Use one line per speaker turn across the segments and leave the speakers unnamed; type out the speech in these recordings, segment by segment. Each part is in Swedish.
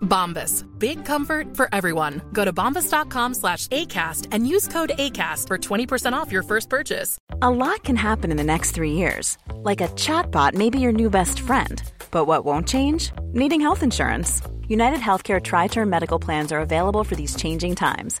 Bombas. Big comfort for everyone. Go to bombas.com slash ACAST and use code ACAST for 20% off your first purchase.
A lot can happen in the next three years. Like a chatbot may be your new best friend. But what won't change? Needing health insurance. United Healthcare Tri Term Medical Plans are available for these changing times.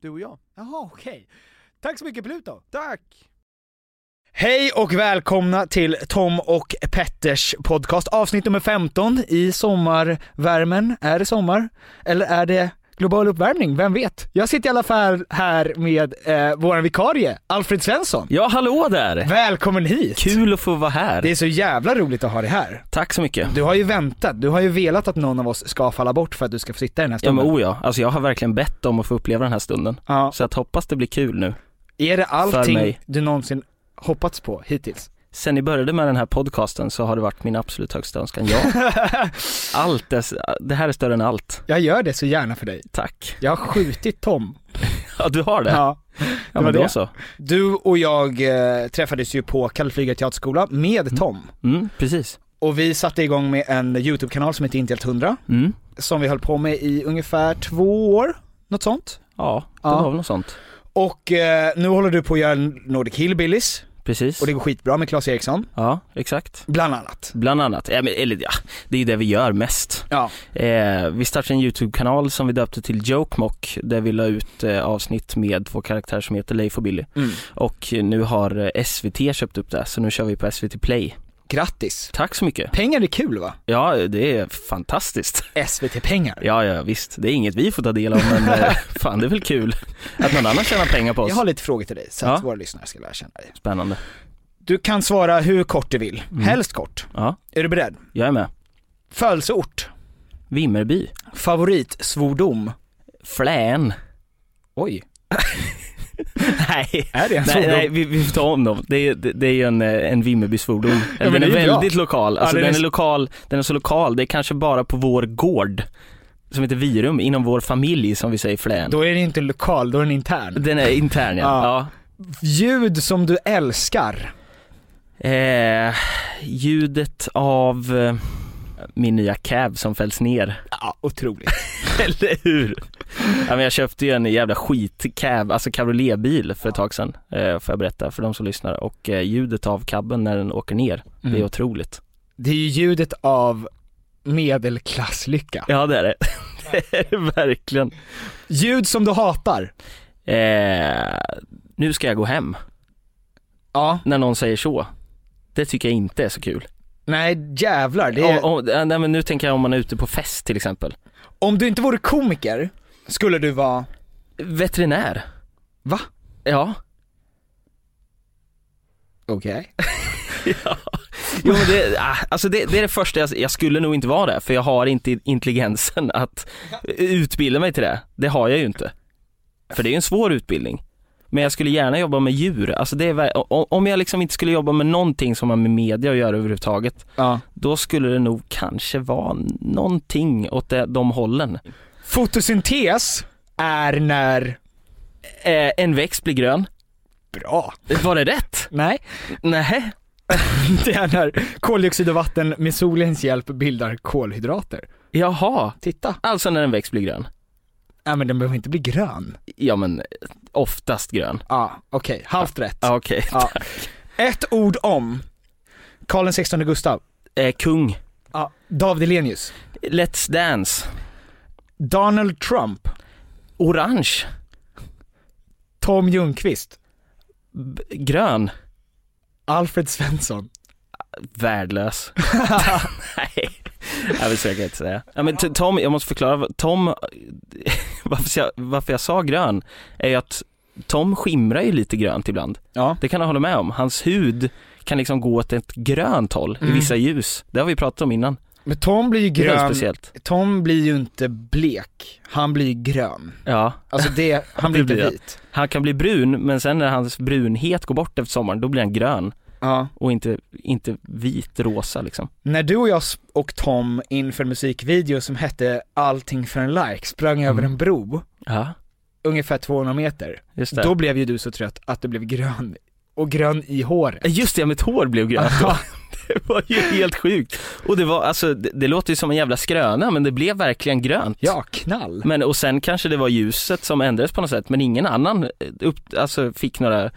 Du och jag.
Jaha, okej. Tack så mycket Pluto!
Tack!
Hej och välkomna till Tom och Petters podcast, avsnitt nummer 15 i sommarvärmen. Är det sommar? Eller är det global uppvärmning? Vem vet? Jag sitter i alla fall här med eh, vår vikarie, Alfred Svensson.
Ja, hallå där!
Välkommen hit!
Kul att få vara här.
Det är så jävla roligt att ha dig här.
Tack så mycket.
Du har ju väntat, du har ju velat att någon av oss ska falla bort för att du ska få sitta i den här
Ja men
stunden.
oh ja, alltså jag har verkligen bett om att få uppleva den här stunden.
Ja.
Så att hoppas det blir kul nu.
Är det
För
allting
mig.
du någonsin hoppats på hittills?
Sen ni började med den här podcasten så har det varit min absolut högsta önskan. Ja, allt är, det här är större än allt.
Jag gör det så gärna för dig.
Tack.
Jag har skjutit Tom.
Ja, du har det?
Ja.
ja
var
men
det.
då så.
Du och jag eh, träffades ju på Kallflyga teaterskola med Tom.
Mm, precis.
Och vi satte igång med en YouTube-kanal som heter Inte helt hundra,
Mm.
som vi höll på med i ungefär två år, något sånt.
Ja, det
Ja.
var väl något sånt.
Och eh, nu håller du på att göra Nordic Hillbillies,
Precis.
och det går skitbra med Claes Eriksson,
Ja, exakt.
bland annat.
Bland annat. Ja, men, eller ja, det är ju det vi gör mest.
Ja.
Eh, vi startade en YouTube-kanal som vi döpte till Jokemock där vi la ut eh, avsnitt med två karaktärer som heter Leif och Billy.
Mm.
Och eh, nu har eh, SVT köpt upp det, så nu kör vi på SVT Play.
Grattis!
Tack så mycket.
Pengar är kul va?
Ja, det är fantastiskt.
SVT-pengar.
Ja, ja, visst. Det är inget vi får ta del av, men eh, fan det är väl kul att någon annan tjänar pengar på
Jag
oss.
har lite frågor till dig, så att
Ja.
våra lyssnare ska lära känna dig.
Spännande.
Du kan svara hur kort du vill, helst kort.
Mm. Ja,
Är du beredd?
jag är med.
Födelseort,
Vimmerby.
favoritsvordom.
Flän.
Oj,
Nej.
är det en
Nej,
svordom?
nej vi, vi får ta om dem. Det är, det, det är ju en, eh, en Vimmerby-svordom.
men
den
det
är,
är ju bra.
väldigt lokal. Alltså,
Ja, den
den,
är-
är lokal, den är så lokal, det är kanske bara på vår gård, som heter Virum, inom vår familj som vi säger flän.
Då är det inte en lokal, då är den intern.
Den är intern ja.
Ja.
ja.
Ljud som du älskar.
Eh, ljudet av eh, min nya cab som fälls ner.
Ja, otroligt.
Eller hur? Ja, men jag köpte ju en jävla skitcab, alltså cabrioletbil för ett tag sedan, eh, får jag berätta för de som lyssnar. Och eh, ljudet av cabben när den åker ner, det
Mm.
är otroligt.
Det är ju ljudet av medelklasslycka.
Ja det är det. det är det verkligen.
Ljud som du hatar.
Eh, nu ska jag gå hem.
Ja.
När någon säger så. Det tycker jag inte är så kul.
Nej, jävlar. Det är...
Om, om, eh, nej, men nu tänker jag om man är ute på fest till exempel.
Om du inte vore komiker skulle du vara...
Veterinär.
Va?
Ja.
Okej.
Jo men det, ah, alltså det, det är det första jag, jag skulle nog inte vara det för jag har inte intelligensen att utbilda mig till det. Det har jag ju inte. För det är ju en svår utbildning. Men jag skulle gärna jobba med djur, alltså det är, ver- o- om jag liksom inte skulle jobba med någonting som har med media att göra överhuvudtaget,
Ja.
då skulle det nog kanske vara någonting åt det, de hållen.
Fotosyntes är när...
Eh, en växt blir grön.
Bra.
Var det rätt?
Nej,
Nej.
det är när koldioxid och vatten med solens hjälp bildar kolhydrater.
Jaha.
Titta.
Alltså när en växt blir grön.
Nej men den behöver inte bli grön.
Ja men oftast grön.
Ja, okej. Halvt rätt.
Ja, Okej.
Ja. Ett ord om Karl XVI Gustav.
Eh, kung.
Ja. David Hellenius.
Let's Dance,
Donald Trump.
orange,
Tom Ljungqvist.
b- grön,
Alfred Svensson.
värdelös. Nej, jag vill säkert inte säga. Ja, men t- Tom, jag måste förklara, Tom, varför jag, varför jag sa grön är ju att Tom skimrar ju lite grönt ibland.
Ja.
Det kan jag hålla med om. Hans hud kan liksom gå åt ett grönt håll i vissa ljus. Det har vi pratat om innan.
Men Tom blir ju
Det är väldigt
grön.
speciellt.
Tom blir ju inte blek. Han blir ju grön.
Ja.
Alltså det, han blir
Det blir
inte
jag.
vit.
Han kan bli brun, men sen när hans brunhet går bort efter sommaren, då blir han grön
Ja.
och inte, inte vit rosa liksom.
När du och jag sp- och Tom inför en musikvideo som hette 'Allting för en like' sprang över
Mm.
en bro,
Ja,
ungefär 200 meter.
just det.
Då blev ju du så trött att du blev grön, och grön i håret.
Ja, Eh, Just det, mitt hår blev grönt då. Det var ju helt sjukt. Och det var, alltså det, det låter ju som en jävla skröna men det blev verkligen grönt.
Ja, knall.
Men och sen kanske det var ljuset som ändrades på något sätt men ingen annan eh, upp, alltså, fick några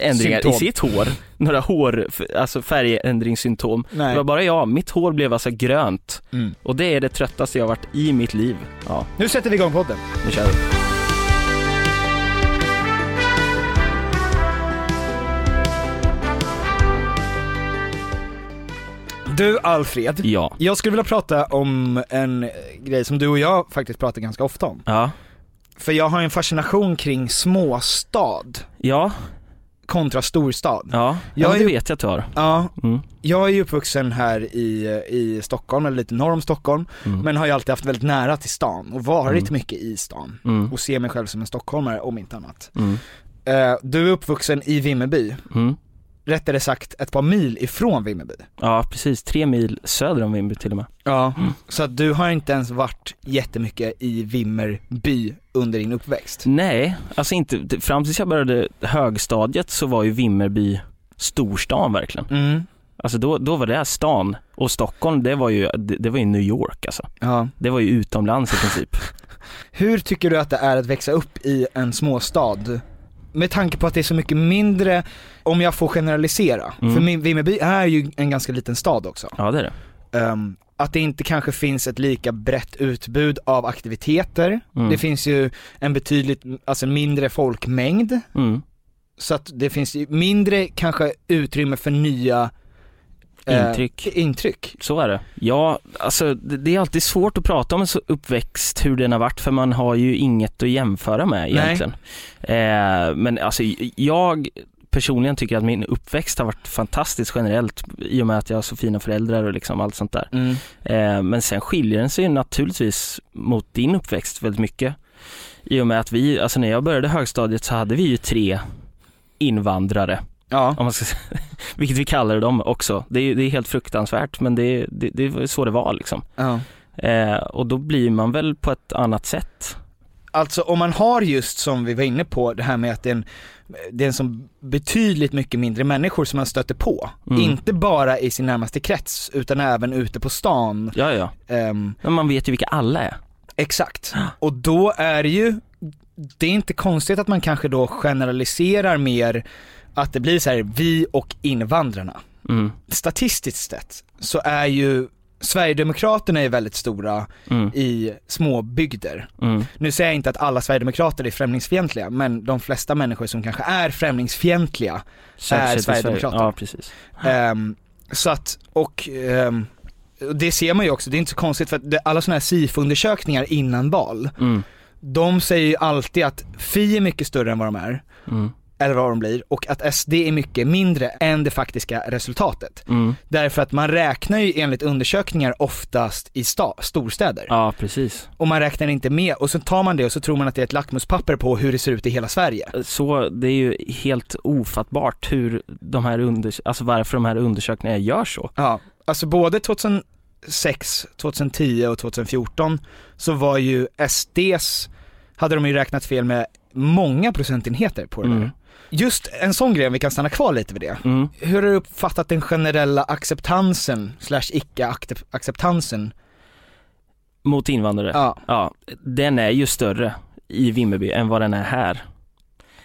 ändringar
Symptom.
i sitt hår. Några hår, f- alltså färgändringssymptom.
Nej.
Det var bara jag, mitt hår blev alltså grönt.
Mm.
Och det är det tröttaste jag har varit i mitt liv. Ja,
Nu sätter vi igång podden.
nu kör vi.
Du Alfred,
Ja.
jag skulle vilja prata om en eh, grej som du och jag faktiskt pratar ganska ofta om.
Ja.
För jag har en fascination kring småstad
Ja,
kontra storstad.
ja.
Jag
ja
är
det
ju-
vet jag att du har.
Ja,
Mm.
jag är ju uppvuxen här i, i Stockholm, eller lite norr om Stockholm,
Mm.
men har ju alltid haft väldigt nära till stan och varit
Mm.
mycket i stan
Mm.
och ser mig själv som en stockholmare om inte annat.
Mm.
Eh, du är uppvuxen i Vimmerby,
Mm.
rättare sagt ett par mil ifrån Vimmerby.
Ja, precis. Tre mil söder om Vimmerby till och med. Mm.
Ja. Så att du har inte ens varit jättemycket i Vimmerby under din uppväxt.
Nej, alltså inte, fram tills jag började högstadiet så var ju Vimmerby storstan verkligen.
Mm.
Alltså då, då var det här stan och Stockholm det var ju, det, det var ju New York alltså.
Ja.
Det var ju utomlands i princip.
Hur tycker du att det är att växa upp i en småstad? Med tanke på att det är så mycket mindre, om jag får generalisera,
Mm.
för min- Vimmerby är ju en ganska liten stad också.
Ja det är det.
Ehm, att det inte kanske finns ett lika brett utbud av aktiviteter.
Mm.
Det finns ju en betydligt, alltså mindre folkmängd.
Mm.
Så att det finns ju mindre kanske utrymme för nya eh,
Intryck.
intryck.
Så är det. Ja, alltså det, det är alltid svårt att prata om en så uppväxt, hur den har varit, för man har ju inget att jämföra med egentligen. Eh, men alltså jag personligen tycker att min uppväxt har varit fantastisk generellt i och med att jag har så fina föräldrar och liksom allt sånt där.
Mm.
Eh, men sen skiljer den sig ju naturligtvis mot din uppväxt väldigt mycket. I och med att vi, alltså när jag började högstadiet så hade vi ju tre invandrare,
Ja.
om man ska säga, vilket vi kallade dem också. Det är, ju- det är helt fruktansvärt men det, det, det var så det var liksom.
ja.
Eh, och då blir man väl på ett annat sätt.
Alltså om man har just som vi var inne på det här med att det är en, det är en som betydligt mycket mindre människor som man stöter på.
Mm.
Inte bara i sin närmaste krets utan även ute på stan.
Ja, ja.
Ehm,
Men man vet ju vilka alla är.
Exakt. Och då är det ju, det är inte konstigt att man kanske då generaliserar mer att det blir så här vi och invandrarna.
Mm.
Statistiskt sett så är ju Sverigedemokraterna är väldigt stora
Mm.
i små bygder.
Mm.
Nu säger jag inte att alla sverigedemokrater är främlingsfientliga, men de flesta människor som kanske är främlingsfientliga
Särskilt i Sverige.
Sverigedemokraterna.
Ja, precis.
Ehm, så att, och ehm, det ser man ju också, det är inte så konstigt för att det, alla sådana här SIFO-undersökningar innan val,
Mm.
de säger ju alltid att Fi är mycket större än vad de är,
Mm.
eller vad de blir, och att SD är mycket mindre än det faktiska resultatet.
Mm.
Därför att man räknar ju enligt undersökningar oftast i sta- storstäder.
Ja, precis.
Och man räknar inte med, och så tar man det och så tror man att det är ett lackmuspapper på hur det ser ut i hela Sverige.
Så det är ju helt ofattbart hur de här under, alltså varför de här undersökningarna gör så.
Ja, alltså både 2006, 2010 och 2014 så var ju SDs, hade de ju räknat fel med många procentenheter på det
Mm.
där. Just en sån grej, om vi kan stanna kvar lite vid det.
Mm.
Hur har du uppfattat den generella acceptansen, slash icke-acceptansen?
Mot invandrare. Ja.
Ja,
den är ju större i Vimmerby än vad den är här.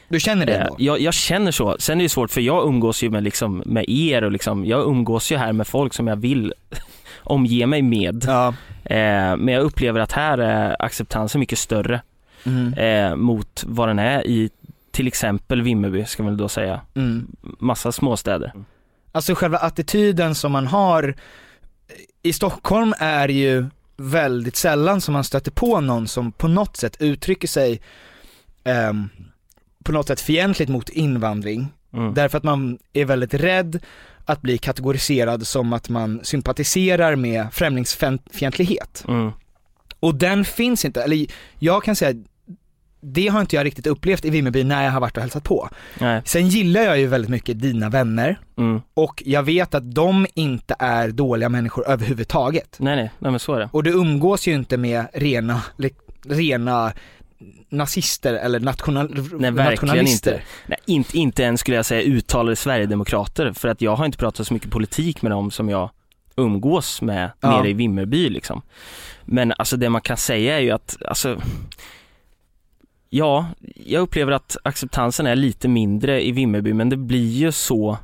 du känner det
Eh,
ändå?
Jag, jag känner så. Sen är det ju svårt för jag umgås ju med, liksom, med er och liksom, jag umgås ju här med folk som jag vill omge mig med.
Ja.
Eh, men jag upplever att här är acceptansen mycket större
Mm.
eh, mot vad den är i till exempel Vimmerby ska man väl då säga.
Mm.
Massa småstäder.
Alltså själva attityden som man har i Stockholm är ju väldigt sällan som man stöter på någon som på något sätt uttrycker sig ehm, på något sätt fientligt mot invandring.
Mm.
Därför att man är väldigt rädd att bli kategoriserad som att man sympatiserar med främlingsfientlighet.
Mm.
Och den finns inte, eller jag kan säga det har inte jag riktigt upplevt i Vimmerby när jag har varit och hälsat på.
Nej.
Sen gillar jag ju väldigt mycket dina vänner,
Mm.
och jag vet att de inte är dåliga människor överhuvudtaget.
Nej, nej, nej men så är det.
Och du umgås ju inte med rena, li- rena nazister eller national,
Nej, verkligen
nationalister.
inte. Nej, inte. Inte ens skulle jag säga uttalade sverigedemokrater för att jag har inte pratat så mycket politik med dem som jag umgås med
Ja.
nere i Vimmerby liksom. Men alltså det man kan säga är ju att, alltså Ja, jag upplever att acceptansen är lite mindre i Vimmerby men det blir ju så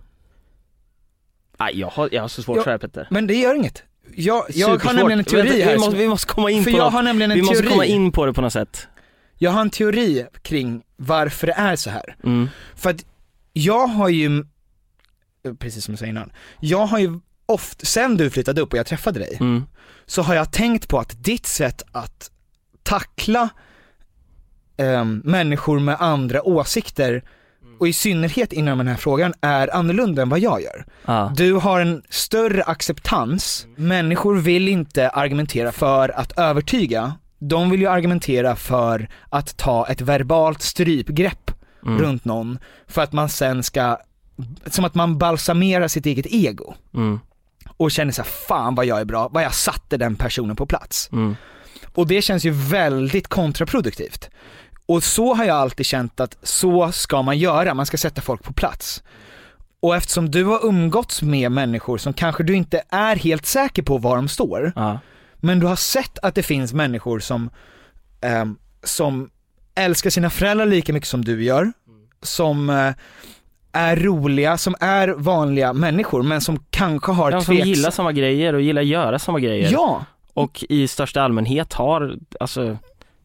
Nej, jag har, jag har så svårt
Ja,
för det här Petter.
Men det gör inget. Jag, jag har
Supersvårt.
nämligen en teori
Vänta,
här.
Vi
som-
måste, vi måste komma in
för
på
jag
något.
har nämligen en
Vi måste
teori.
komma in på det på något sätt.
Jag har en teori kring varför det är så här.
Mm.
För att jag har ju, precis som jag sa innan, jag har ju ofta, sen du flyttade upp och jag träffade dig,
Mm.
så har jag tänkt på att ditt sätt att tackla ehm, människor med andra åsikter och i synnerhet inom den här frågan är annorlunda än vad jag gör.
Ja.
Du har en större acceptans, människor vill inte argumentera för att övertyga, de vill ju argumentera för att ta ett verbalt strypgrepp
Mm.
runt någon för att man sen ska, som att man balsamerar sitt eget ego
Mm.
och känner så här, fan vad jag är bra, vad jag satte den personen på plats.
Mm.
Och det känns ju väldigt kontraproduktivt. Och så har jag alltid känt att så ska man göra, man ska sätta folk på plats. Och eftersom du har umgåtts med människor som kanske du inte är helt säker på var de står,
Ja.
men du har sett att det finns människor som, ehm, som älskar sina föräldrar lika mycket som du gör, som eh, är roliga, som är vanliga människor men som kanske har
De som
tveks-
gillar samma grejer och gillar att göra samma grejer.
Ja,
och i största allmänhet har alltså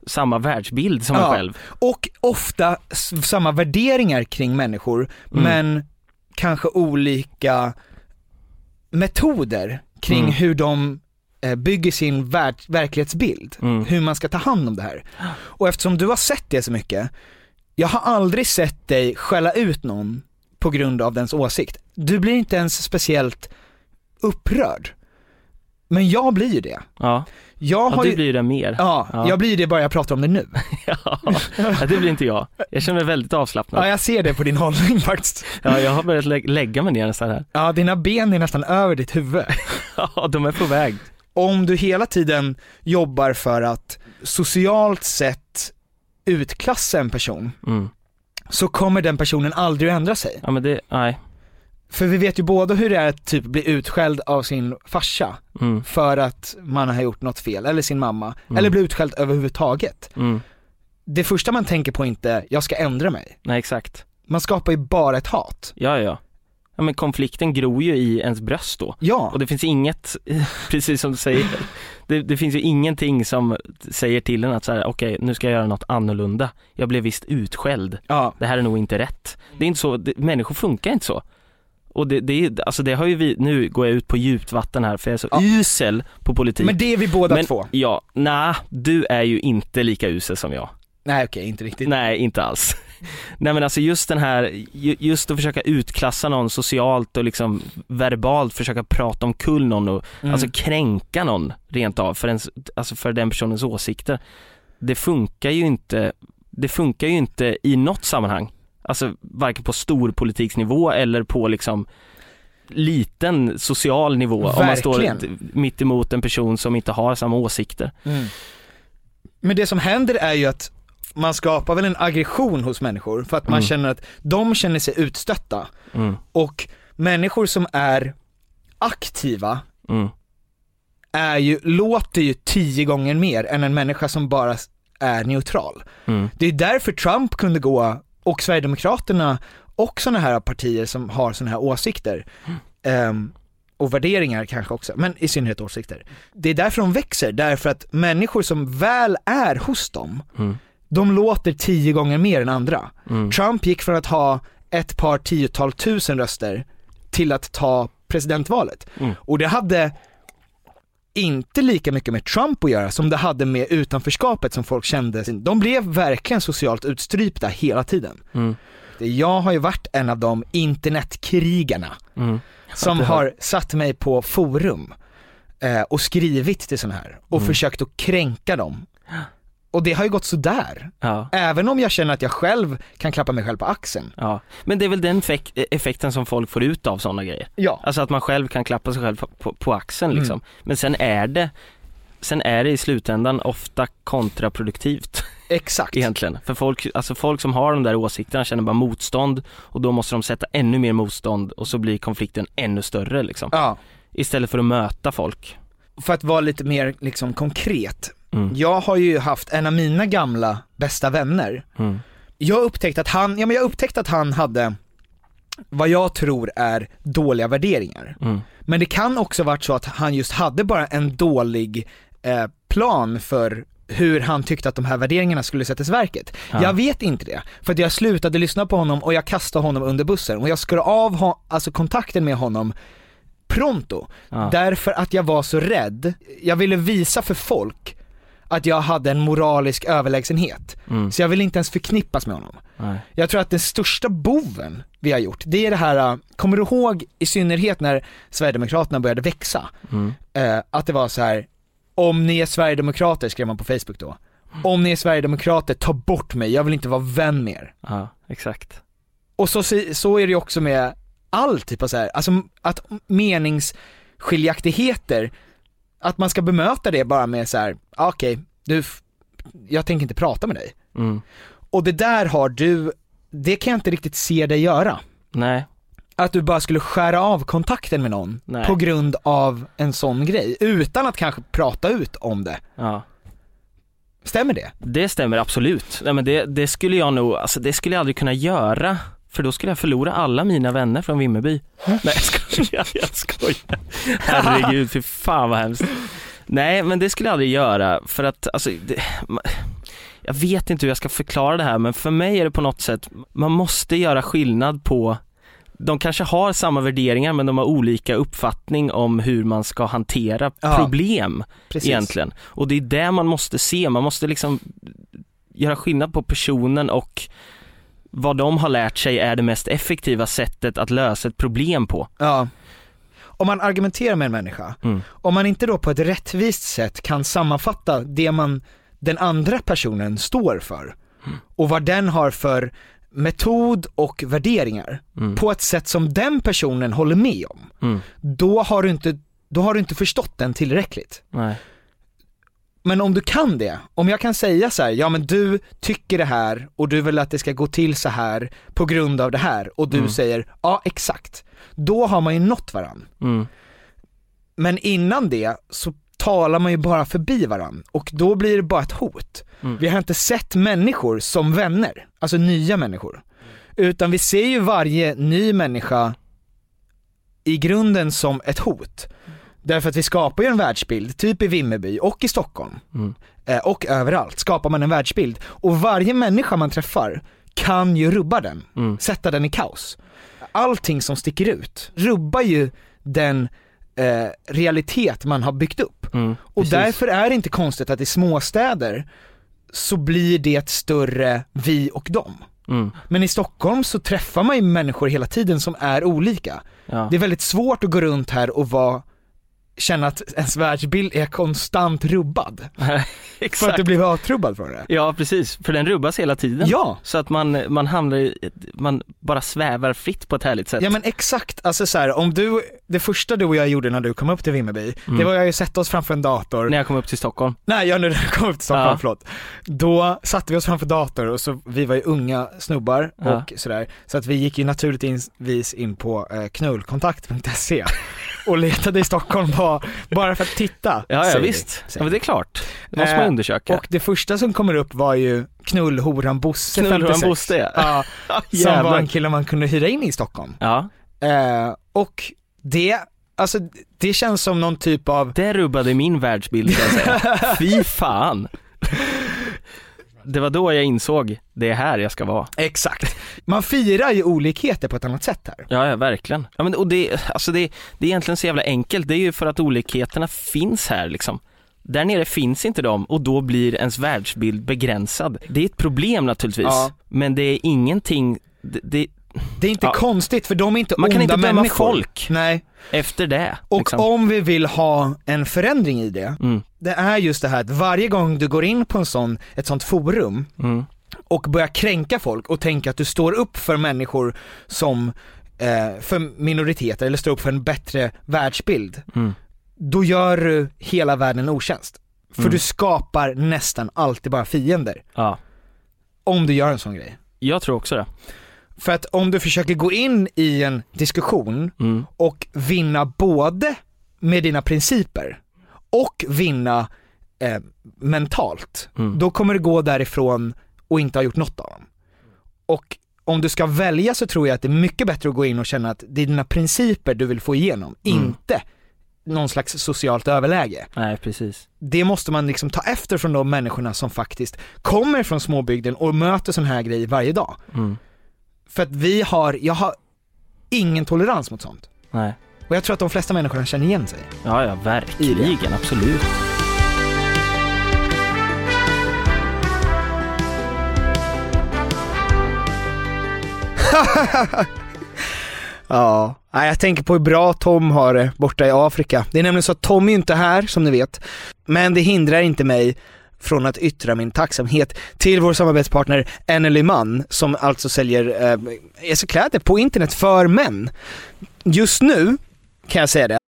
samma världsbild som en
Ja.
själv.
och ofta s- samma värderingar kring människor
Mm.
men kanske olika metoder kring
Mm.
hur de eh, bygger sin värld, verklighetsbild,
Mm. Ah.
hur man ska ta hand om det här. Och eftersom du har sett det så mycket, jag har aldrig sett dig skälla ut någon på grund av dens åsikt. Du blir inte ens speciellt upprörd. Men jag blir ju det.
Ja,
Jag
ja
har
du
ju,
blir det mer.
ja,
Ja.
jag blir det bara jag pratar om det nu.
Ja. ja, det blir inte jag. Jag känner mig väldigt
Ja,
avslappnad.
jag ser det på din hållning faktiskt.
Ja, jag har börjat lä- lägga mig ner nästan här.
Ja, dina ben är nästan över ditt huvud.
Ja, de är på väg.
Om du hela tiden jobbar för att socialt sett utklassa en person,
Mm.
så kommer den personen aldrig att ändra sig.
Ja, men det, nej.
För vi vet ju båda hur det är att typ bli utskälld av sin farsa
Mm,
för att man har gjort något fel, eller sin mamma,
Mm.
eller bli utskälld överhuvudtaget.
mm.
Det första man tänker på är inte, jag ska ändra mig.
Nej, exakt.
Man skapar ju bara ett hat.
Ja, ja. Ja men konflikten gror ju i ens bröst då.
Ja,
Och det finns inget, precis som du säger, det, det finns ju ingenting som säger till en att så här, okej nu ska jag göra något annorlunda. Jag blev visst utskälld,
ja.
det här är nog inte rätt. Det är inte så, det, människor funkar inte så. Och det, det är, alltså det har ju vi, nu går jag ut på djupt vatten här för jag är så
Ja.
usel på politik.
Men det är vi båda
Typ. Men-
två.
Ja, nej, du är ju inte lika usel som jag.
Nej okej, inte riktigt.
Nej, inte alls. Nej men alltså just den här, ju- just att försöka utklassa någon socialt och liksom verbalt försöka prata om kull någon och
Mm.
alltså kränka någon rent av för, ens, alltså för den personens åsikter. Det funkar ju inte, det funkar ju inte i något sammanhang. Alltså varken på storpolitiksnivå eller på liksom liten social nivå om man står
Verkligen.
t- mitt emot en person som inte har samma åsikter.
Mm. Men det som händer är ju att man skapar väl en aggression hos människor för att man
Mm.
känner att de känner sig utstötta
Mm,
och människor som är aktiva
mm,
är ju, låter ju tio gånger mer än en människa som bara s- är neutral.
mm.
Det är därför Trump kunde gå, och Sverigedemokraterna och sådana här partier som har sådana här åsikter,
Mm.
ehm, och värderingar kanske också, men i synnerhet åsikter. Det är därför de växer, därför att människor som väl är hos dem,
Mm.
de låter tio gånger mer än andra.
Mm.
Trump gick från att ha ett par tiotal tusen röster till att ta presidentvalet.
Mm.
Och det hade inte lika mycket med Trump att göra som det hade med utanförskapet som folk kände. De blev verkligen socialt utstrypta hela tiden.
Mm.
Jag har ju varit en av de internetkrigarna
Mm.
som
det
har satt mig på forum eh, och skrivit till sådana här och
Mm.
försökt att kränka dem. Och det har ju gått sådär.
Ja.
Även om jag känner att jag själv kan klappa mig själv på axeln.
Ja, men det är väl den fek- e- effekten som folk får ut av sådana grejer.
Ja. Mm.
Alltså att man själv kan klappa sig själv på, på, på axeln liksom. Men sen är det, sen är det i slutändan ofta kontraproduktivt
Exakt.
egentligen. För folk, alltså folk som har de där åsikterna känner bara motstånd och då måste de sätta ännu mer motstånd och så blir konflikten ännu större liksom.
Ja.
Istället för att möta folk.
För att vara lite mer liksom konkret.
Mm.
Jag har ju haft en av mina gamla bästa vänner.
Mm.
Jag upptäckte att han, ja men jag upptäckte att han hade vad jag tror är dåliga värderingar.
Mm.
Men det kan också varit så att han just hade bara en dålig eh, plan för hur han tyckte att de här värderingarna skulle sättas i verket.
Ja.
Jag vet inte det, för att jag slutade lyssna på honom och jag kastade honom under bussen och jag skar av ha, alltså kontakten med honom pronto,
Ja.
därför att jag var så rädd. Jag ville visa för folk att jag hade en moralisk överlägsenhet,
Mm.
så jag ville inte ens förknippas med honom.
Nej.
Jag tror att den största boven vi har gjort, det är det här, äh, kommer du ihåg i synnerhet när Sverigedemokraterna började växa?
Mm.
Eh, att det var så här, om ni är Sverigedemokrater skrev man på Facebook då. Om ni är Sverigedemokrater, ta bort mig, jag vill inte vara vän med er.
Ja, exakt.
Och så, se- så är det ju också med all typ av så här, alltså att meningsskiljaktigheter, att man ska bemöta det bara med så här, "Ah, okej, du, f- jag tänker inte prata med dig.
Mm.
Och det där har du, det kan jag inte riktigt se dig göra.
Nej,
Att du bara skulle skära av kontakten med någon
Nej.
på grund av en sån grej, utan att kanske prata ut om det.
ja.
Stämmer det?
Det stämmer absolut. Nej, men det, det skulle jag nog, alltså det skulle jag aldrig kunna göra. För då skulle jag förlora alla mina vänner från Vimmerby. Nej jag skojar, jag skojar. Herregud, fy fan vad hemskt. Nej men det skulle jag aldrig göra för att, alltså, det, ma- jag vet inte hur jag ska förklara det här men för mig är det på något sätt, man måste göra skillnad på de kanske har samma värderingar men de har olika uppfattning om hur man ska hantera
Ja.
problem
Precis.
egentligen. Och det är det man måste se, man måste liksom göra skillnad på personen och vad de har lärt sig är det mest effektiva sättet att lösa ett problem på.
Ja. Om man argumenterar med en människa,
Mm.
om man inte då på ett rättvist sätt kan sammanfatta det man, den andra personen står för
Mm.
och vad den har för metod och värderingar
Mm.
på ett sätt som den personen håller med om,
Mm.
då har du inte, då har du inte förstått den tillräckligt.
Nej.
Men om du kan det, om jag kan säga så här, ja men du tycker det här och du vill att det ska gå till så här på grund av det här och du
Mm.
säger ja exakt, då har man ju nått varann.
Mm.
Men innan det så talar man ju bara förbi varann och då blir det bara ett hot. Vi har inte sett människor som vänner, alltså nya människor. Utan vi ser ju varje ny människa i grunden som ett hot. Därför att vi skapar ju en världsbild, typ i Vimmerby och i Stockholm. Eh, och överallt skapar man en världsbild. Och varje människa man träffar kan ju rubba den, sätta den i kaos. Allting som sticker ut rubbar ju den eh, realitet man har byggt upp. och därför är det inte konstigt att i småstäder så blir det ett större vi och dem. Men i Stockholm så träffar man ju människor hela tiden som är olika.
Ja.
Det är väldigt svårt att gå runt här och vara, känna att ens världsbild är konstant rubbad. För att
Exakt.
du blir avtrubbad från det.
Ja precis, för den rubbas hela tiden.
Ja.
Så att man, man hamnar i, ett- man bara svävar fritt på ett härligt sätt.
Ja men exakt, alltså så här, om du, det första du och jag gjorde när du kom upp till Vimmerby,
Mm.
det var jag ju sätta oss framför en dator,
När jag kom upp till Stockholm.
nej jag nu kom upp till Stockholm,
Ja.
förlåt. Då satte vi oss framför dator och så, vi var ju unga snubbar
Ja.
och sådär, så att vi gick ju naturligtvis in på eh, knullkontakt.se och letade i Stockholm bara, bara för att titta.
Ja, ja
säger vi.
visst.
Säger
Ja, men det är klart. Det måste man
Eh,
undersöka.
Och det första som kommer upp var ju knullhoran Bosse
Knullhoran
56.
Bosse, ja.
ja. Som
jävlar.
var en kille man kunde hyra in i Stockholm.
Ja,
Eh, och det, alltså det känns som någon typ av,
det rubbade min världsbild kan jag säga. Fy fan. Det var då jag insåg, det är här jag ska vara.
exakt, man firar ju olikheter på ett annat sätt här.
Ja, ja verkligen. Ja, men, och det, alltså det, det är egentligen så jävla enkelt, det är ju för att olikheterna finns här liksom. Där nere finns inte de och då blir ens världsbild begränsad. Det är ett problem naturligtvis,
Ja.
men det är ingenting det, det,
Det är inte
Ja.
konstigt för de är inte
Man
onda
kan inte döma
människor.
folk.
Nej,
efter det.
och
liksom.
om vi vill ha en förändring i det,
Mm.
det är just det här att varje gång du går in på en sån, ett sånt forum
Mm.
och börjar kränka folk och tänka att du står upp för människor som, eh, för minoriteter eller står upp för en bättre världsbild,
Mm.
då gör du hela världen en otjänst. För
Mm.
du skapar nästan alltid bara fiender,
Ja,
om du gör en sån grej.
jag tror också det.
För att om du försöker gå in i en diskussion
Mm.
och vinna både med dina principer och vinna eh, mentalt,
Mm.
då kommer du gå därifrån och inte ha gjort något av dem. Och om du ska välja så tror jag att det är mycket bättre att gå in och känna att det är dina principer du vill få igenom,
Mm.
inte någon slags socialt överläge.
Nej, precis.
Det måste man liksom ta efter från de människorna som faktiskt kommer från småbygden och möter sån här grej varje dag.
Mm.
För att vi har, jag har ingen tolerans mot sånt.
Nej.
Och jag tror att de flesta människorna känner igen sig.
Ja, ja, verkligen. Absolut.
Ja, nej, jag tänker på hur bra Tom har det borta i Afrika. Det är nämligen så att Tom är ju inte här som ni vet, men det hindrar inte mig från att yttra min tacksamhet till vår samarbetspartner Enely Man som alltså säljer eh, alltså kläder på internet för män. Just nu kan jag säga det,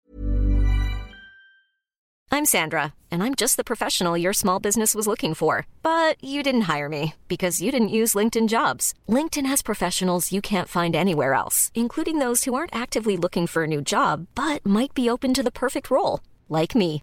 I'm Sandra, and I'm just the professional your small business was looking for. But you didn't hire me because you didn't use LinkedIn jobs. LinkedIn has professionals you can't find anywhere else, including those who aren't actively looking for a new job but might be open to the perfect role, like me.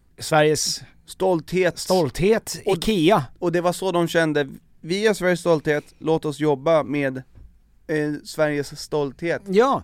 Sveriges
Stolthet.
stolthet,
Och-
IKEA.
Och det var så de kände, Vi är Sveriges stolthet, låt oss jobba med eh, Sveriges stolthet.
Ja.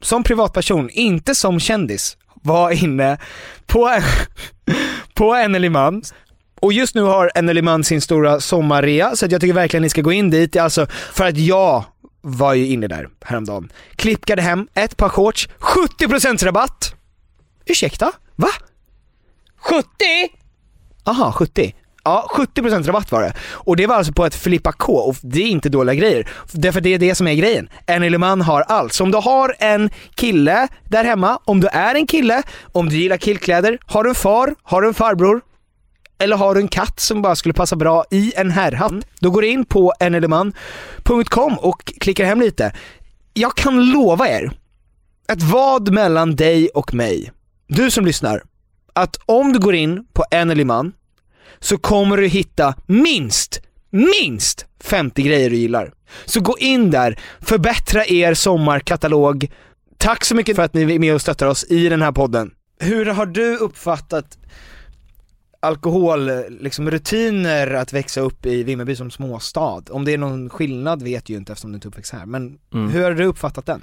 som privatperson, inte som kändis, var inne på, på Enel Imam. Och just nu har Enel Imam sin stora sommarrea, så att jag tycker verkligen ni ska gå in dit. Alltså, för att jag var ju inne där häromdagen. Klippkade hem ett par shorts, 70% rabatt! Ursäkta? Va? 70? Aha, 70. Ja, 70% rabatt var det. Och det var alltså på ett Filippa K och det är inte dåliga grejer. Därför det är det som är grejen. En Element har allt. Så om du har en kille där hemma, om du är en kille, om du gillar killkläder, har du en far, har du en farbror, eller har du en katt som bara skulle passa bra i en herrhatt, då går du in på eneleman.com och klickar hem lite. Jag kan lova er, ett vad mellan dig och mig, du som lyssnar, att om du går in på Eneliman så kommer du hitta minst, minst 50 grejer du gillar. Så gå in där, förbättra er sommarkatalog. Tack så mycket för att ni är med och stöttar oss i den här podden. Hur har du uppfattat alkoholrutiner liksom, rutiner att växa upp i Vimmerby som småstad? Om det är någon skillnad vet jag ju inte eftersom du inte uppväxt här, men
Mm.
hur har du uppfattat den?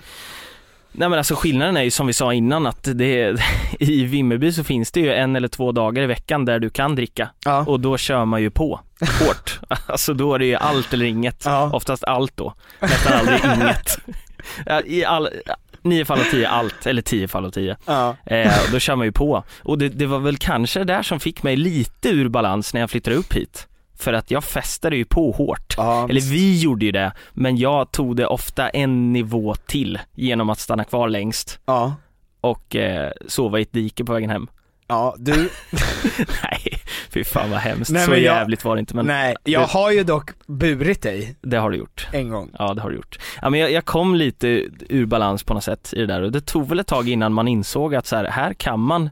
Nej men alltså skillnaden är ju som vi sa innan att det, i Vimmerby så finns det ju en eller två dagar i veckan där du kan dricka
Ja.
och då kör man ju på hårt. alltså då är det ju allt eller inget, oftast allt då, nästan aldrig inget. Ja, I all, nio fall av tio allt, eller tio fall av tio.
Ja.
Eh, och då kör man ju på. Och det, det var väl kanske det där som fick mig lite ur balans när jag flyttade upp hit. För att jag festade ju på hårt. Eller vi gjorde ju det, men jag tog det ofta en nivå till genom att stanna kvar längst
Ja.
och eh, sova i ett dike på vägen hem.
Ja, du,
Nej, fy fan vad hemskt.
Nej,
Så
men jag-
jävligt var det inte men
nej, jag
det-
har ju dock burit dig
det har du gjort.
en gång.
Ja det har du gjort. Ja, men jag, jag kom lite ur balans på något sätt i det där och det tog väl ett tag innan man insåg att så här, här kan man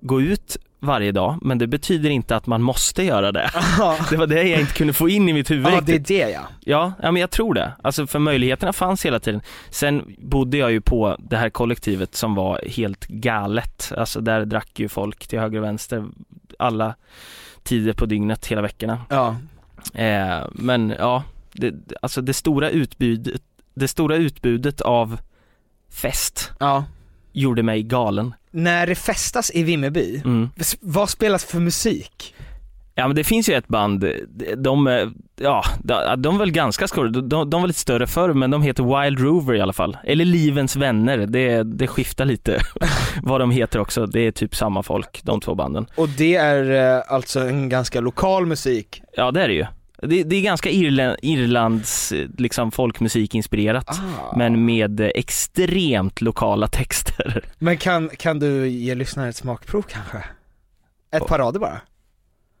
gå ut varje dag men det betyder inte att man måste göra det. Det var det jag inte kunde få in i mitt huvud
Ja, det är
riktigt.
det ja.
Ja, ja, men jag tror det. Alltså för möjligheterna fanns hela tiden. Sen bodde jag ju på det här kollektivet som var helt galet. Alltså där drack ju folk till höger och vänster alla tider på dygnet hela veckorna.
Ja.
Eh, men ja, det, alltså det stora utbudet, det stora utbudet av fest
ja.
gjorde mig galen.
När det festas i Vimmerby,
Mm.
s- vad spelas för musik?
Ja men det finns ju ett band, de, de eh, ja, de, de var väl ganska stora, de, de var lite större förr men de heter Wild Rover i alla fall. Eller Livens Vänner, det, det skiftar lite vad de heter också, det är typ samma folk, de två banden.
Och det är eh, alltså en ganska lokal musik.
Ja det är det ju. Det, det är ganska Irland, Irlands eh, liksom, folkmusik inspirerat
Ah.
men med eh, extremt lokala texter.
Men kan, kan du ge lyssnare ett smakprov kanske? Ett par rader bara?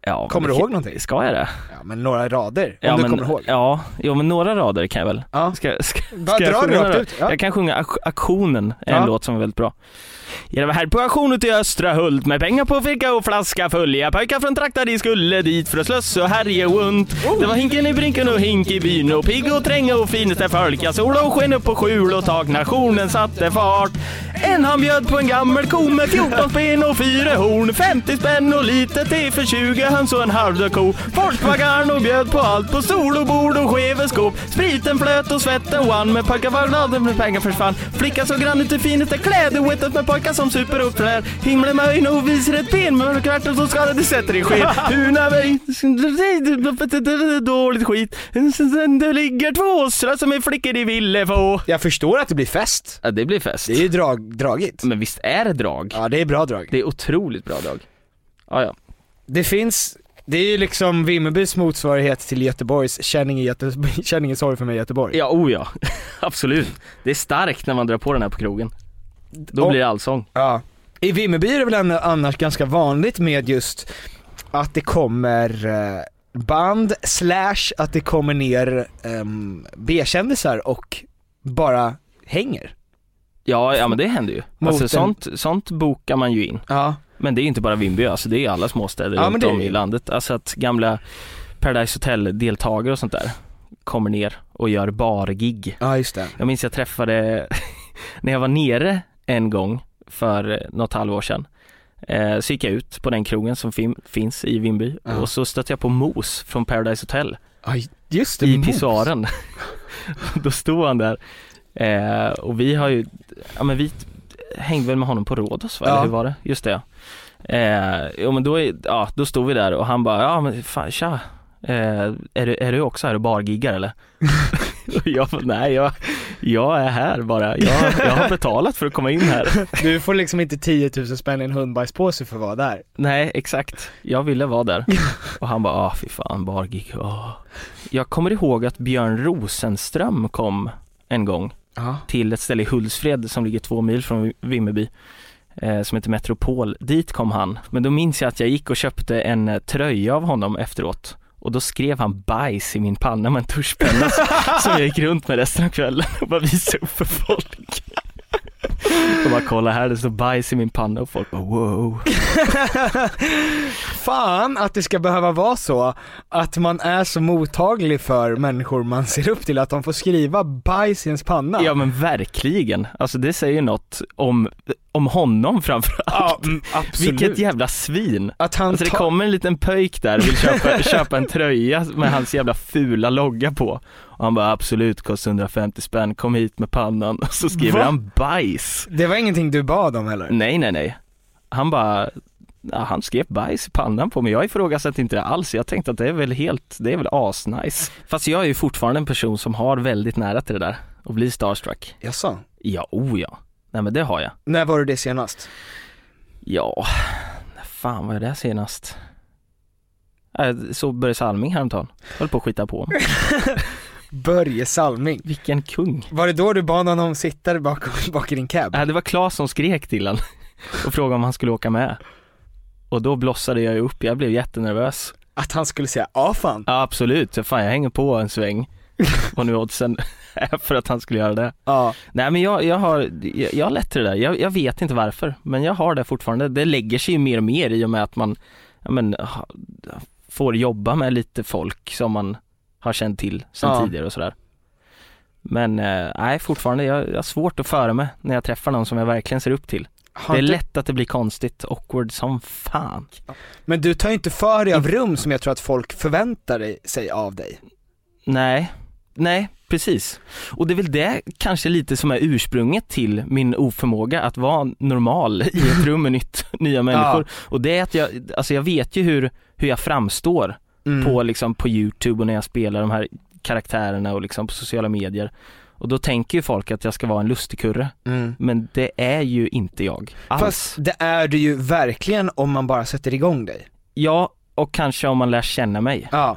Ja, men
Kommer
det-
du ihåg någonting?
Ska jag det?
Ja men några rader, om
ja,
du
men,
kommer ihåg.
Ja, jo, men några rader kan jag väl.
Ja.
Ska, ska,
Bara
Ska jag
dra det
sjunga
rakt
då?
ut. Ja.
Jag kan sjunga Ak- Aktionen, är en
Ja.
låt som är väldigt bra. Ja, det var här på auktion ute i Östra Hult med pengar på ficka och flaska följa pojkar från traktar de skulle dit för att slösa och härja ont. Det var hinken i brinken och hink i byn och pigg och tränga och fint där folk. Ja, solen sken upp på skjul och tak nationen satte fart.
En han bjöd på en gammal ko med 14 spinn och fyra horn. 50 spänn och lite te för 20 höns och en halvdöd ko. Forsbagaren och bjöd på allt på sol och bord och skeveskåp. Spriten flöt och svetten vann men pojkar var glada när pengar försvann. Flickan såg grann ut i finaste kläder wettet med pojkar som super upp där. Himlen med öjne och visar ett ben men kvarten som skadade sätter i sken. Una mig dåligt skit. Det ligger två åsrar som är flickor de ville få.
Jag förstår att det blir fest.
Ja, det blir fest.
Det är ju drag, dragigt.
Men visst är det drag?
Ja, det är bra drag.
Det är otroligt bra drag. Ja, ja.
Det finns, det är ju liksom Vimmerbys motsvarighet till Göteborgs Känning, i Göte, Känning är sorg för mig i Göteborg.
Ja, oh ja. Absolut. Det är starkt när man drar på den här på krogen. Då
Och-
blir det allsång.
Ja. I Vimmerby är det väl än- annars ganska vanligt med just att det kommer eh, band slash att det kommer ner ehm, B-kändisar och bara hänger.
Ja, ja men det händer ju.
Mot
Alltså
en-
sånt, sånt bokar man ju in.
Ja.
Men det är inte bara Vimby, alltså det är alla småstäder
Ja, men
runt
det är
om
det
i
ju.
landet. Alltså att gamla Paradise Hotel-deltagare och sånt där kommer ner och gör bargig.
Ja, just det.
Jag minns jag träffade, när jag var nere en gång för något halvår sedan, eh, så gick jag ut på den krogen som fin- finns i Vimby
Ja.
och så stötte jag på Mos från Paradise Hotel
Ja, just det,
i
Mos.
pissoaren. Då stod han där eh, och vi har ju, ja men vi hängde väl med honom på Rhodos va,
Ja.
eller hur var det? Just det ja. Eh, jo men då, är- ja, då stod vi där och han bara, ja men fan tja, eh, är, du, är du också här och bargiggar eller? och jag bara, nej jag, jag är här bara, jag, jag har betalat för att komma in här.
Du får liksom inte 10 000 spänn i en hundbajspåse för att vara där.
Nej, exakt. Jag ville vara där. Och han bara, ah fy fan, bargig. åh." Jag kommer ihåg att Björn Rosenström kom en gång
Ja.
till ett ställe i Hultsfred som ligger två mil från Vimmerby eh, som heter Metropol. Dit kom han. Men då minns jag att jag gick och köpte en eh, tröja av honom efteråt och då skrev han bajs i min panna med en tuschpenna som jag gick runt med resten av kvällen och bara visade upp för folk. Och bara kolla här, det står bajs i min panna och folk bara wow.
Fan att det ska behöva vara så att man är så mottaglig för människor man ser upp till att de får skriva bajs i ens panna.
Ja men verkligen, alltså det säger ju något om, om honom framförallt. Vilket jävla svin.
Att han
alltså det
tar-
kommer en liten pöjk där och vill köpa, köpa en tröja med hans jävla fula logga på. Och han bara absolut, kostar 150 spänn, kom hit med pannan. Och så skriver
Va?
han bajs.
Det var ingenting du bad om heller?
Nej nej nej. Han bara, ja, han skrev bajs i pannan på mig. Jag ifrågasatte inte det alls. Jag tänkte att det är väl helt, det är väl asnice. Fast jag är ju fortfarande en person som har väldigt nära till det där och blir starstruck.
Jaså?
Ja, oh ja. Nej men det har jag.
När var du det senast?
Ja, när fan var det där senast? Äh, Så Börje Salming häromdagen. Höll på att skita på mig.
Börje Salming.
Vilken kung.
Var det då du bad honom sitta där bak, bak i din cab?
Äh, Det var Claes som skrek till honom och frågade om han skulle åka med. Och då blossade jag ju upp, jag blev jättenervös.
Att han skulle säga ja fan?
Ja absolut, fan jag hänger på en sväng. Och nu är oddsen är för att han skulle göra det.
Ja.
Nej men jag, jag har, jag, jag har lätt till det där. Jag, jag vet inte varför, men jag har det fortfarande. Det lägger sig ju mer och mer i och med att man, ja, men, ha- får jobba med lite folk som man har känt till sen
Ja.
tidigare och sådär. Men eh, nej, fortfarande, jag, jag har svårt att föra mig när jag träffar någon som jag verkligen ser upp till.
Har
det är
inte-
lätt att det blir konstigt, awkward som fan.
Men du tar ju inte för dig av rum som jag tror att folk förväntar dig- sig av dig.
Nej, nej precis. Och det är väl det kanske lite som är ursprunget till min oförmåga att vara normal i ett rum med nytt, nya människor. Och det är att jag, alltså jag vet ju hur, hur jag framstår
Mm.
på, liksom, på YouTube och när jag spelar de här karaktärerna och liksom på sociala medier. Och då tänker ju folk att jag ska vara en lustigkurre. Men det är ju inte jag Mm. alls.
Mm. Fast det är du ju verkligen om man bara sätter igång dig.
Ja, och kanske om man lär känna mig.
Ja.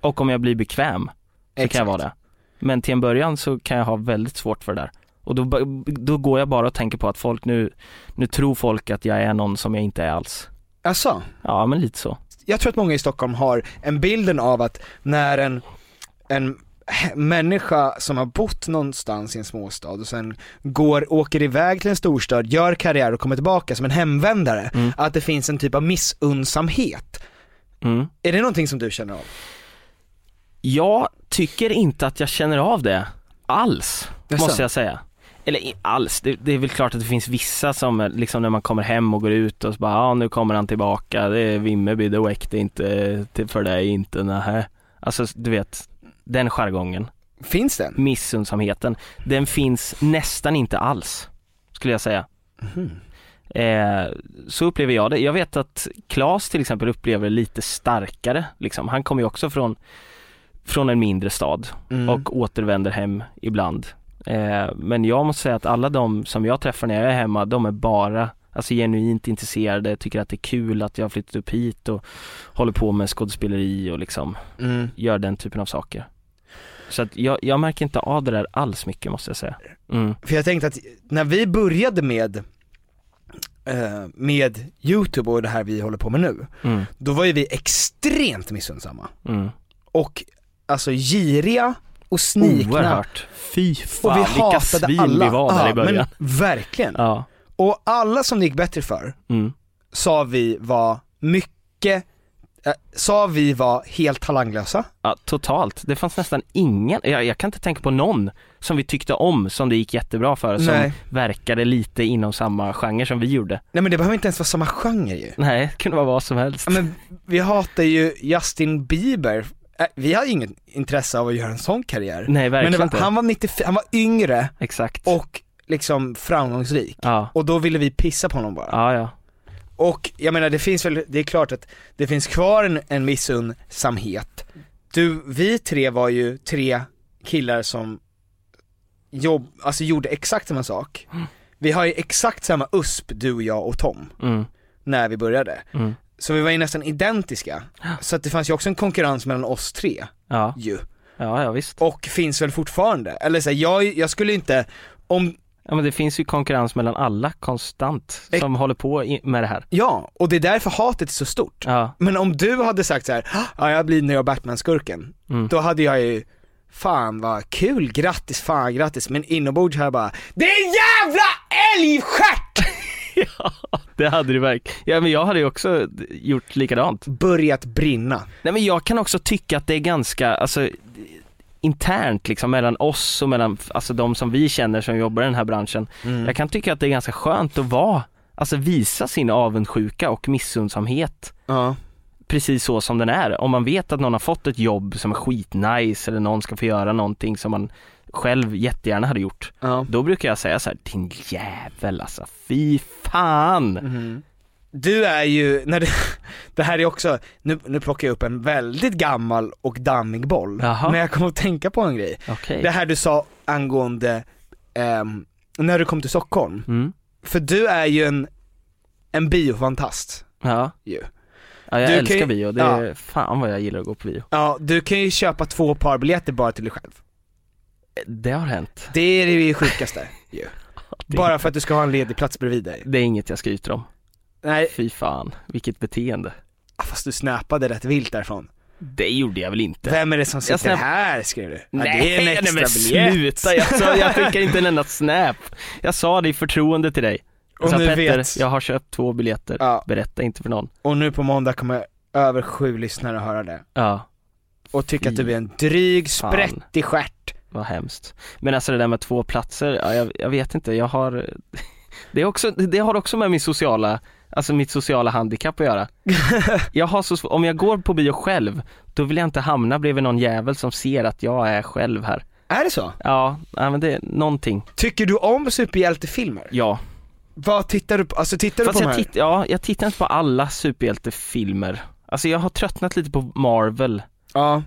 Och om jag blir bekväm, så kan jag
Exakt.
vara det. Men till en början så kan jag ha väldigt svårt för det där. Och då, ba- då går jag bara och tänker på att folk nu, nu tror folk att jag är någon som jag inte är alls.
Alltså,
Ja, men lite så.
jag tror att många i Stockholm har en bilden av att när en, en människa som har bott någonstans i en småstad och sen går, åker iväg till en storstad, gör karriär och kommer tillbaka som en hemvändare, att det finns en typ av missunnsamhet.
Mm.
Är det någonting som du känner av?
Jag tycker inte att jag känner av det alls,
Jaså?
måste jag säga.
eller i- alls, det, det är väl klart att det finns vissa som eh, liksom när man kommer hem och går ut och så bara, ja ah, nu kommer han tillbaka, det är Vimmerby, det räckte inte till för dig, inte nähä. Alltså du vet, den jargongen.
Finns den?
Missundsamheten. Den finns nästan inte alls, skulle jag säga.
Mhm.
Eh, så upplever jag det. Jag vet att Klas till exempel upplever det lite starkare. Liksom. Han kommer ju också från, från en mindre stad
Mm.
och återvänder hem ibland. Eh, men jag måste säga att alla de som jag träffar när jag är hemma, de är bara Alltså genuint intresserade, tycker att det är kul att jag har flyttat upp hit och håller på med skådespeleri och liksom
Mm.
gör den typen av saker. Så att jag, jag märker inte av det där alls mycket måste jag säga. Mm.
För jag tänkte att när vi började med, eh, med YouTube och det här vi håller på med nu,
Mm.
då var ju vi extremt missundsamma.
Mm.
Och alltså giriga och snikna.
Oerhört. Fy fan
och vi
vilka
hatade
svin
alla.
vi var där
Ja,
i början.
Men verkligen.
Ja.
Och alla som det gick bättre för
Mm.
sa vi var mycket, eh, sa vi var helt talanglösa.
Ja, totalt. Det fanns nästan ingen, jag, jag kan inte tänka på någon som vi tyckte om som det gick jättebra för, som
Nej.
verkade lite inom samma genre som vi gjorde.
Nej men det behöver inte ens vara samma genre ju.
Nej, det kunde vara vad som helst.
Ja, men vi hatar ju Justin Bieber. Äh, Vi har inget intresse av att göra en sån karriär.
Nej, verkligen
men det
inte.
var, han var 94, han var yngre
Exakt.
och liksom framgångsrik.
Ja.
Och då ville vi pissa på honom bara.
Ja, ja.
Och jag menar det finns väl, det är klart att det finns kvar en, en missundsamhet. Du, vi tre var ju tre killar som jobb, alltså gjorde exakt samma sak. Vi har ju exakt samma USP, du, jag och Tom,
Mm.
när vi började.
Mm.
Så vi var ju nästan identiska. Så att det fanns ju också en konkurrens mellan oss tre
Ja.
ju.
Ja, ja visst.
Och finns väl fortfarande. Eller så här, jag, jag skulle inte, om,
Ja, men det finns ju konkurrens mellan alla konstant som håller på i, med det här.
ja, och det är därför hatet är så stort.
Ja.
Men om du hade sagt så här, "Ah, ja jag blir nya Batman-skurken,
Mm.
då hade jag ju, fan vad kul, grattis, fan grattis, men inombords här bara, det är en jävla älgstjärt!
Det hade du verkligen. Ja, men jag hade ju också gjort likadant.
Börjat brinna.
Nej men jag kan också tycka att det är ganska, alltså internt liksom mellan oss och mellan, alltså de som vi känner som jobbar i den här branschen.
Mm.
Jag kan tycka att det är ganska skönt att vara, alltså visa sin avundsjuka och missundsamhet
Ja.
precis så som den är. Om man vet att någon har fått ett jobb som är skitnice eller någon ska få göra någonting som man själv jättegärna hade gjort.
Ja.
Då brukar jag säga så här, din jävel alltså, fy fan!
Mm.
Du är ju, när du, det här är också, nu, nu plockar jag upp en väldigt gammal och dammig boll,
Jaha.
men jag kom att tänka på en grej.
Okej.
Det här du sa angående, ehm, när du kom till Stockholm,
Mm.
för du är ju en, en biofantast
Ja.
ju.
ja, jag
Du kan
älskar
ju-
bio, det är fan vad jag gillar att gå på bio.
Ja, du kan ju köpa två par biljetter bara till dig själv.
Det har hänt.
Det är det sjukaste ju.
Det är-
Bara för att du ska ha en ledig plats bredvid dig.
Det är inget jag skryter om.
Nej,
Fy fan, vilket beteende.
ah, fast du snappade rätt vilt därifrån.
Det gjorde jag väl inte.
Vem är det som sitter
Jag snap-
här skrev du? Ja,
Nej,
det är en
nej,
extra
men
biljett.
sluta. Jag, sa, jag skickar inte en enda snap. Jag sa det i förtroende till dig. Jag
Och
sa
nu
Petter,
vet-
jag har köpt två biljetter.
Ja.
Berätta inte för någon.
Och nu på måndag kommer över sju lyssnare höra det.
Ja,
Och tycka att
Fy
du är en dryg,
fan.
sprättig stjärt.
vad hemskt. Men alltså det där med två platser, ja, jag, jag vet inte, jag har det, är också, det har också med min sociala, alltså mitt sociala handikapp att göra. Jag har så, sv- om jag går på bio själv, då vill jag inte hamna bredvid någon jävel som ser att jag är själv här.
Är det så?
Ja, nej, men det är någonting.
Tycker du om superhjältefilmer?
Ja.
Vad tittar du på? Alltså tittar
Fast
du på
jag,
de här?
titt, ja, jag tittar inte på alla superhjältefilmer. Alltså jag har tröttnat lite på Marvel,
Ja.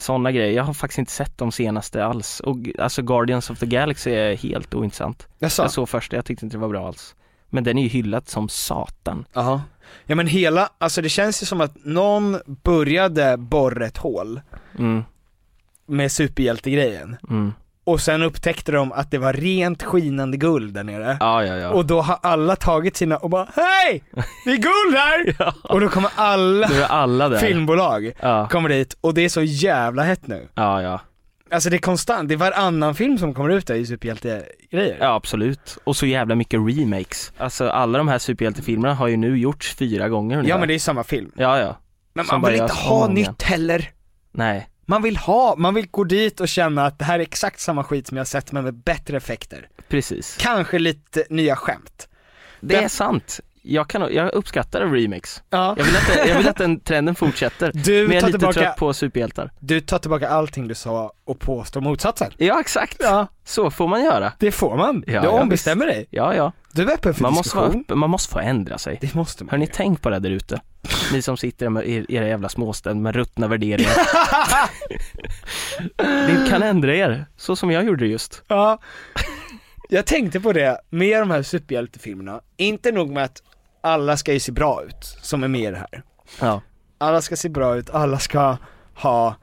sådana grejer. Jag har faktiskt inte sett de senaste alls. Och alltså Guardians of the Galaxy är helt ointressant.
Jaså?
Jag såg första, jag tyckte inte det var bra alls. Men den är ju hyllad som satan.
Ja. Ja men hela, alltså det känns ju som att någon började borra ett hål
Mm,
med superhjältegrejen.
mm.
Och sen upptäckte de att det var rent skinande guld där nere.
Ja, ja, ja.
Och då har alla tagit sina och bara Hej! Det är guld här!
Ja.
Och då kommer alla
Nu är alla där.
filmbolag
Ja,
kommer dit och det är så jävla hett nu.
ja, ja.
Alltså det är konstant, det är varannan film som kommer ut där i superhjältegrejer.
Ja absolut. Och så jävla mycket remakes. Alltså alla de här superhjältefilmerna har ju nu gjorts fyra gånger
Ja
ungefär.
men det är ju samma film.
Ja, ja.
Men
Som
man
bara
vill inte
görs
ha
om igen.
nytt heller.
Nej.
Man vill ha, man vill gå dit och känna att det här är exakt samma skit som jag sett men med bättre effekter.
Precis.
Kanske lite nya skämt.
Det är sant. Jag, kan, jag uppskattar en remix.
Ja.
Jag vill att, jag vill att den trenden fortsätter.
Du
men jag
tar
är lite
tillbaka-
trött på superhjältar.
Du tar tillbaka allting du sa och påstår motsatsen.
Ja exakt, så får man göra.
Det får man.
Ja,
du
ja,
ombestämmer dig.
Ja, ja.
Du är öppen för
man måste,
diskussion.
vara, öppen- man måste få ändra sig.
Det måste man.
Hörni, tänk på det där ute. Ni som sitter med er- era jävla småständer med ruttna värderingar. Ni kan ändra er, så som jag gjorde just.
Ja, jag tänkte på det med de här superhjältefilmerna, inte nog med att alla ska ju se bra ut som är med i det här.
Ja.
Alla ska se bra ut, alla ska ha,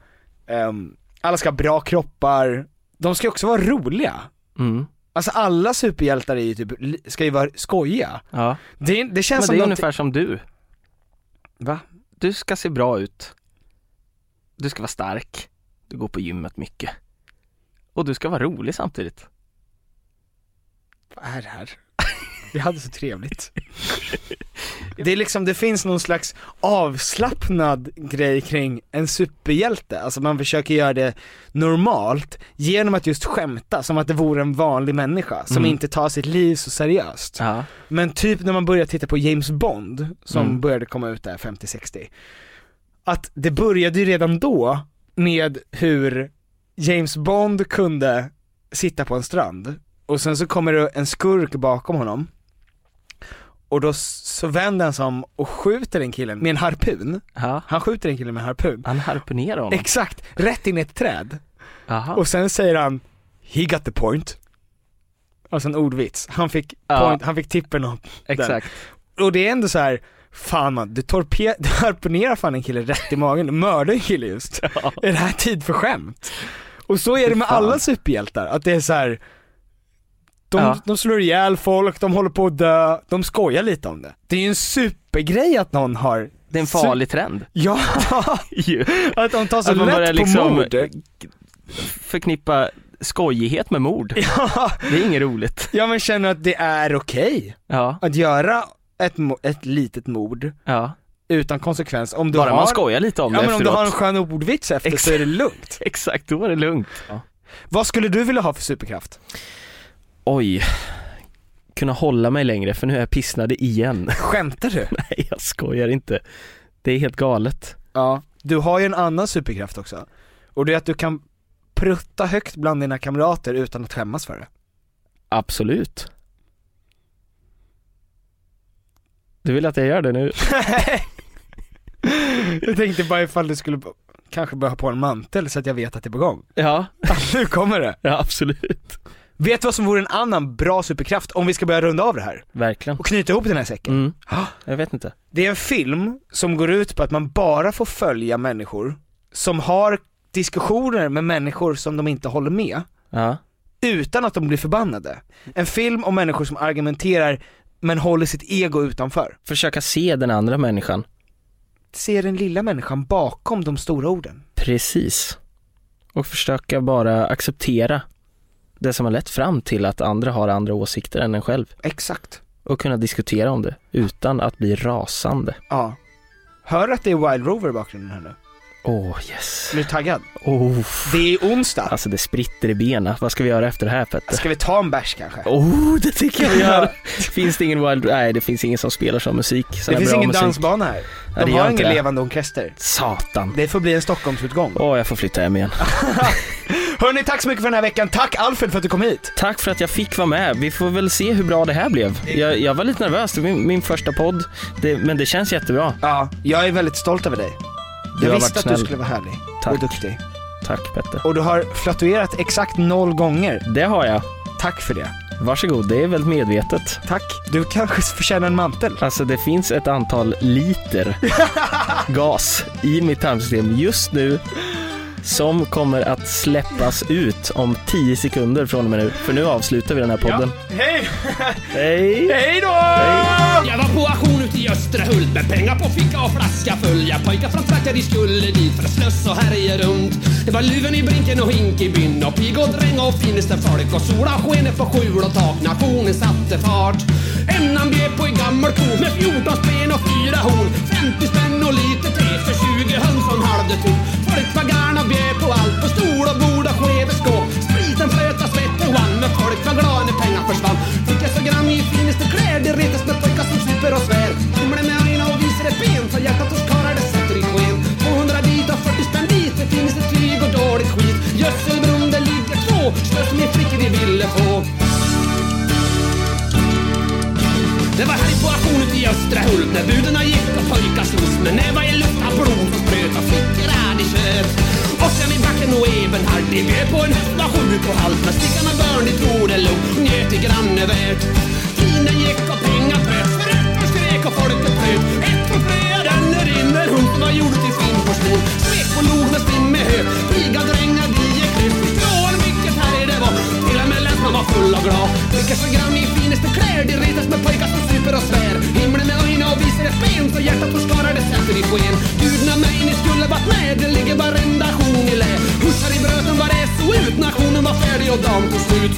ehm, alla ska ha bra kroppar, de ska också vara roliga.
Mm.
Alltså alla superhjältar är ju typ, li- ska ju vara skojiga.
Ja.
Det, det känns
Men
som
det är
någonting-
ungefär som du.
Va?
Du ska se bra ut. Du ska vara stark. Du går på gymmet mycket. Och du ska vara rolig samtidigt.
Vad är det här? Vi hade så trevligt. Det är liksom, det finns någon slags avslappnad grej kring en superhjälte, alltså man försöker göra det normalt genom att just skämta som att det vore en vanlig människa som
Mm.
inte tar sitt liv så seriöst.
Ja.
Men typ när man börjar titta på James Bond, som
Mm.
började komma ut där 50-60, att det började ju redan då med hur James Bond kunde sitta på en strand och sen så kommer det en skurk bakom honom och då s- så vänder han sig om och skjuter den killen med en harpun.
Ja.
Han skjuter den killen med en harpun.
Han harpunerar honom.
Exakt, rätt in i ett träd.
Aha.
Och sen säger han He got the point. Alltså en ordvits. Han fick,
Ja.
point, han fick tippen om den.
Exakt.
Och det är ändå så här. Fan man, du, torpe- du harponerar fan en kille rätt i magen, du mördar en kille just. Är det här tid för skämt? Och så är det med alla superhjältar, att det är så här. De,
Ja.
de slår ihjäl folk, de håller på att dö, de skojar lite om det. Det är ju en supergrej att någon har
Det är en farlig trend.
Ja!
Ju.
att de tar så
Att man börjar
lätt på
liksom-
mord.
Förknippa skojighet med mord.
Ja.
Det är inget roligt.
Ja men känner att det är okej
Ja,
att göra ett, mo- ett litet mord
ja.
utan konsekvens om du
Bara
har...
man skojar lite om
ja,
det
men om du
efteråt.
har en skön ordvits efter så är det lugnt.
Exakt, då är det lugnt.
Vad skulle du vilja ha för superkraft?
Oj. Kunna hålla mig längre för nu är jag pissnade igen.
Skämtar du?
Nej jag skojar inte. Det är helt galet.
Ja. Du har ju en annan superkraft också. Och det är att du kan prutta högt bland dina kamrater utan att skämmas för det.
Absolut. Du vill att jag gör det nu?
jag tänkte bara ifall du skulle b- kanske börja ha på en mantel så att jag vet att det är på gång.
Ja,
nu kommer det!
ja absolut.
Vet du vad som vore en annan bra superkraft om vi ska börja runda av det här?
Verkligen.
Och knyta ihop den här säcken.
Mm.
Ah.
Jag vet inte.
Det är en film som går ut på att man bara får följa människor som har diskussioner med människor som de inte håller med
Ja.
utan att de blir förbannade. En film om människor som argumenterar men håller sitt ego utanför.
Försöka se den andra människan.
Se den lilla människan bakom de stora orden.
Precis. Och försöka bara acceptera det som har lett fram till att andra har andra åsikter än en själv.
Exakt.
och kunna diskutera om det utan att bli rasande.
Ja. Hör att det är Wild Rover i bakgrunden här nu?
Åh oh, yes.
Är du taggad?
Oh.
Det är onsdag.
Alltså det spritter i benen. Vad ska vi göra efter det här Petter?
Ska vi ta en bärs kanske?
Oh, det tycker jag vi gör! finns det ingen wild... Nej, det finns ingen som spelar sån musik. Sån
Det
här
finns
bra
ingen
musik.
dansbana här.
det
De
gör
har
inte
ingen
det.
levande orkester.
Satan.
Det får bli en Stockholmsutgång.
Åh, jag får flytta hem igen.
Hörni, tack så mycket för den här veckan. Tack Alfred för att du kom hit.
Tack för att jag fick vara med. Vi får väl se hur bra det här blev. Jag, jag var lite nervös. Det var min, min första podd. Det, men det känns jättebra.
Ja, jag är väldigt stolt över dig.
Du
Jag
har
visste
varit
att du
snäll.
skulle vara härlig och
Tack.
duktig.
Tack Petter.
Och du har flatuerat exakt noll gånger.
Det har jag.
Tack för det.
Varsågod, det är väldigt medvetet.
Tack. Du kanske förtjänar en mantel.
Alltså det finns ett antal liter gas i mitt tarmsystem just nu som kommer att släppas ut om 10 sekunder från och med nu. För nu avslutar vi den här podden.
Hej!
Hej!
Hej då!
Jag var på auktion ute i Österhult med pengar på ficka och flaska full. Jag pojkar från trakten vi skulle dit för att slösa och härja runt. Det var luven i brinken och hink i byn och pigg och dräng och finaste folk och sola skenet på skjul och tak. Nationen satte fart. Emnan bjöd på en gammal ko med 14 spen och fyra horn. 50 spänn och lite te för 20 höns och en halv tur.
folk var garn och bjöd på allt. På stol och bord och skev och skåp. Spriten flöt och svetten vann. Men folk var glada när pengar försvann. Fick jag så grann i finaste kläder. Retas med pojkar som super och svär. Himlen med ögonen och visar ett ben. Så hjärtat hos karlar det sätter i sken. 200 dit och 40 spänn dit. Det finns ett tyg och dåligt skit. Gödselbron där ligger två. Slös med flickor vi ville få. Det var helg på auktion ute i Östra Hult När budena gick och pojkar slogs med nävar i luft av blod och spröt och flickor hade i köp Och sen i backen och Ebenhard de bjöd på en höst var sju på halt Men stickarna börn de tog det lugnt och njöt i grannevärt Tiden gick och pengar bröt Förrättaren skrek och folket bröt Ett på flera ränner in en hund som var gjord till skinnporslin Svek och log med stim med hö Piga drängar de gick ut Från vilket färg det var Till och med länsman var full och glad Vilka så grann i finaste kläder Retas med pojkar som super och svär Himlen med ögonen och visar ett ben Så hjärtat hos karlar det sätter i sken Gudna mig ni skulle varit med Det ligger varenda aktion i lä Hussar i bröten var det så ut Nationen var färdig och dagen tog slut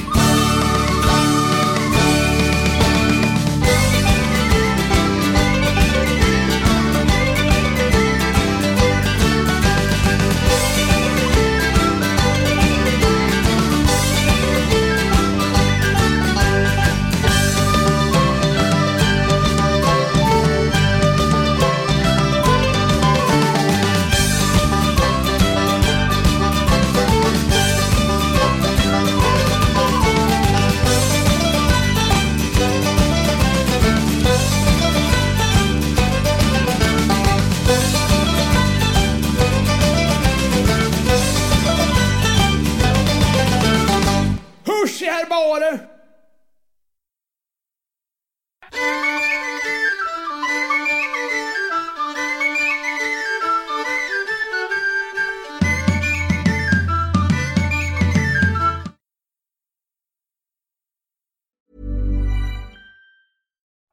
Husch i herbarer!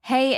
Hey,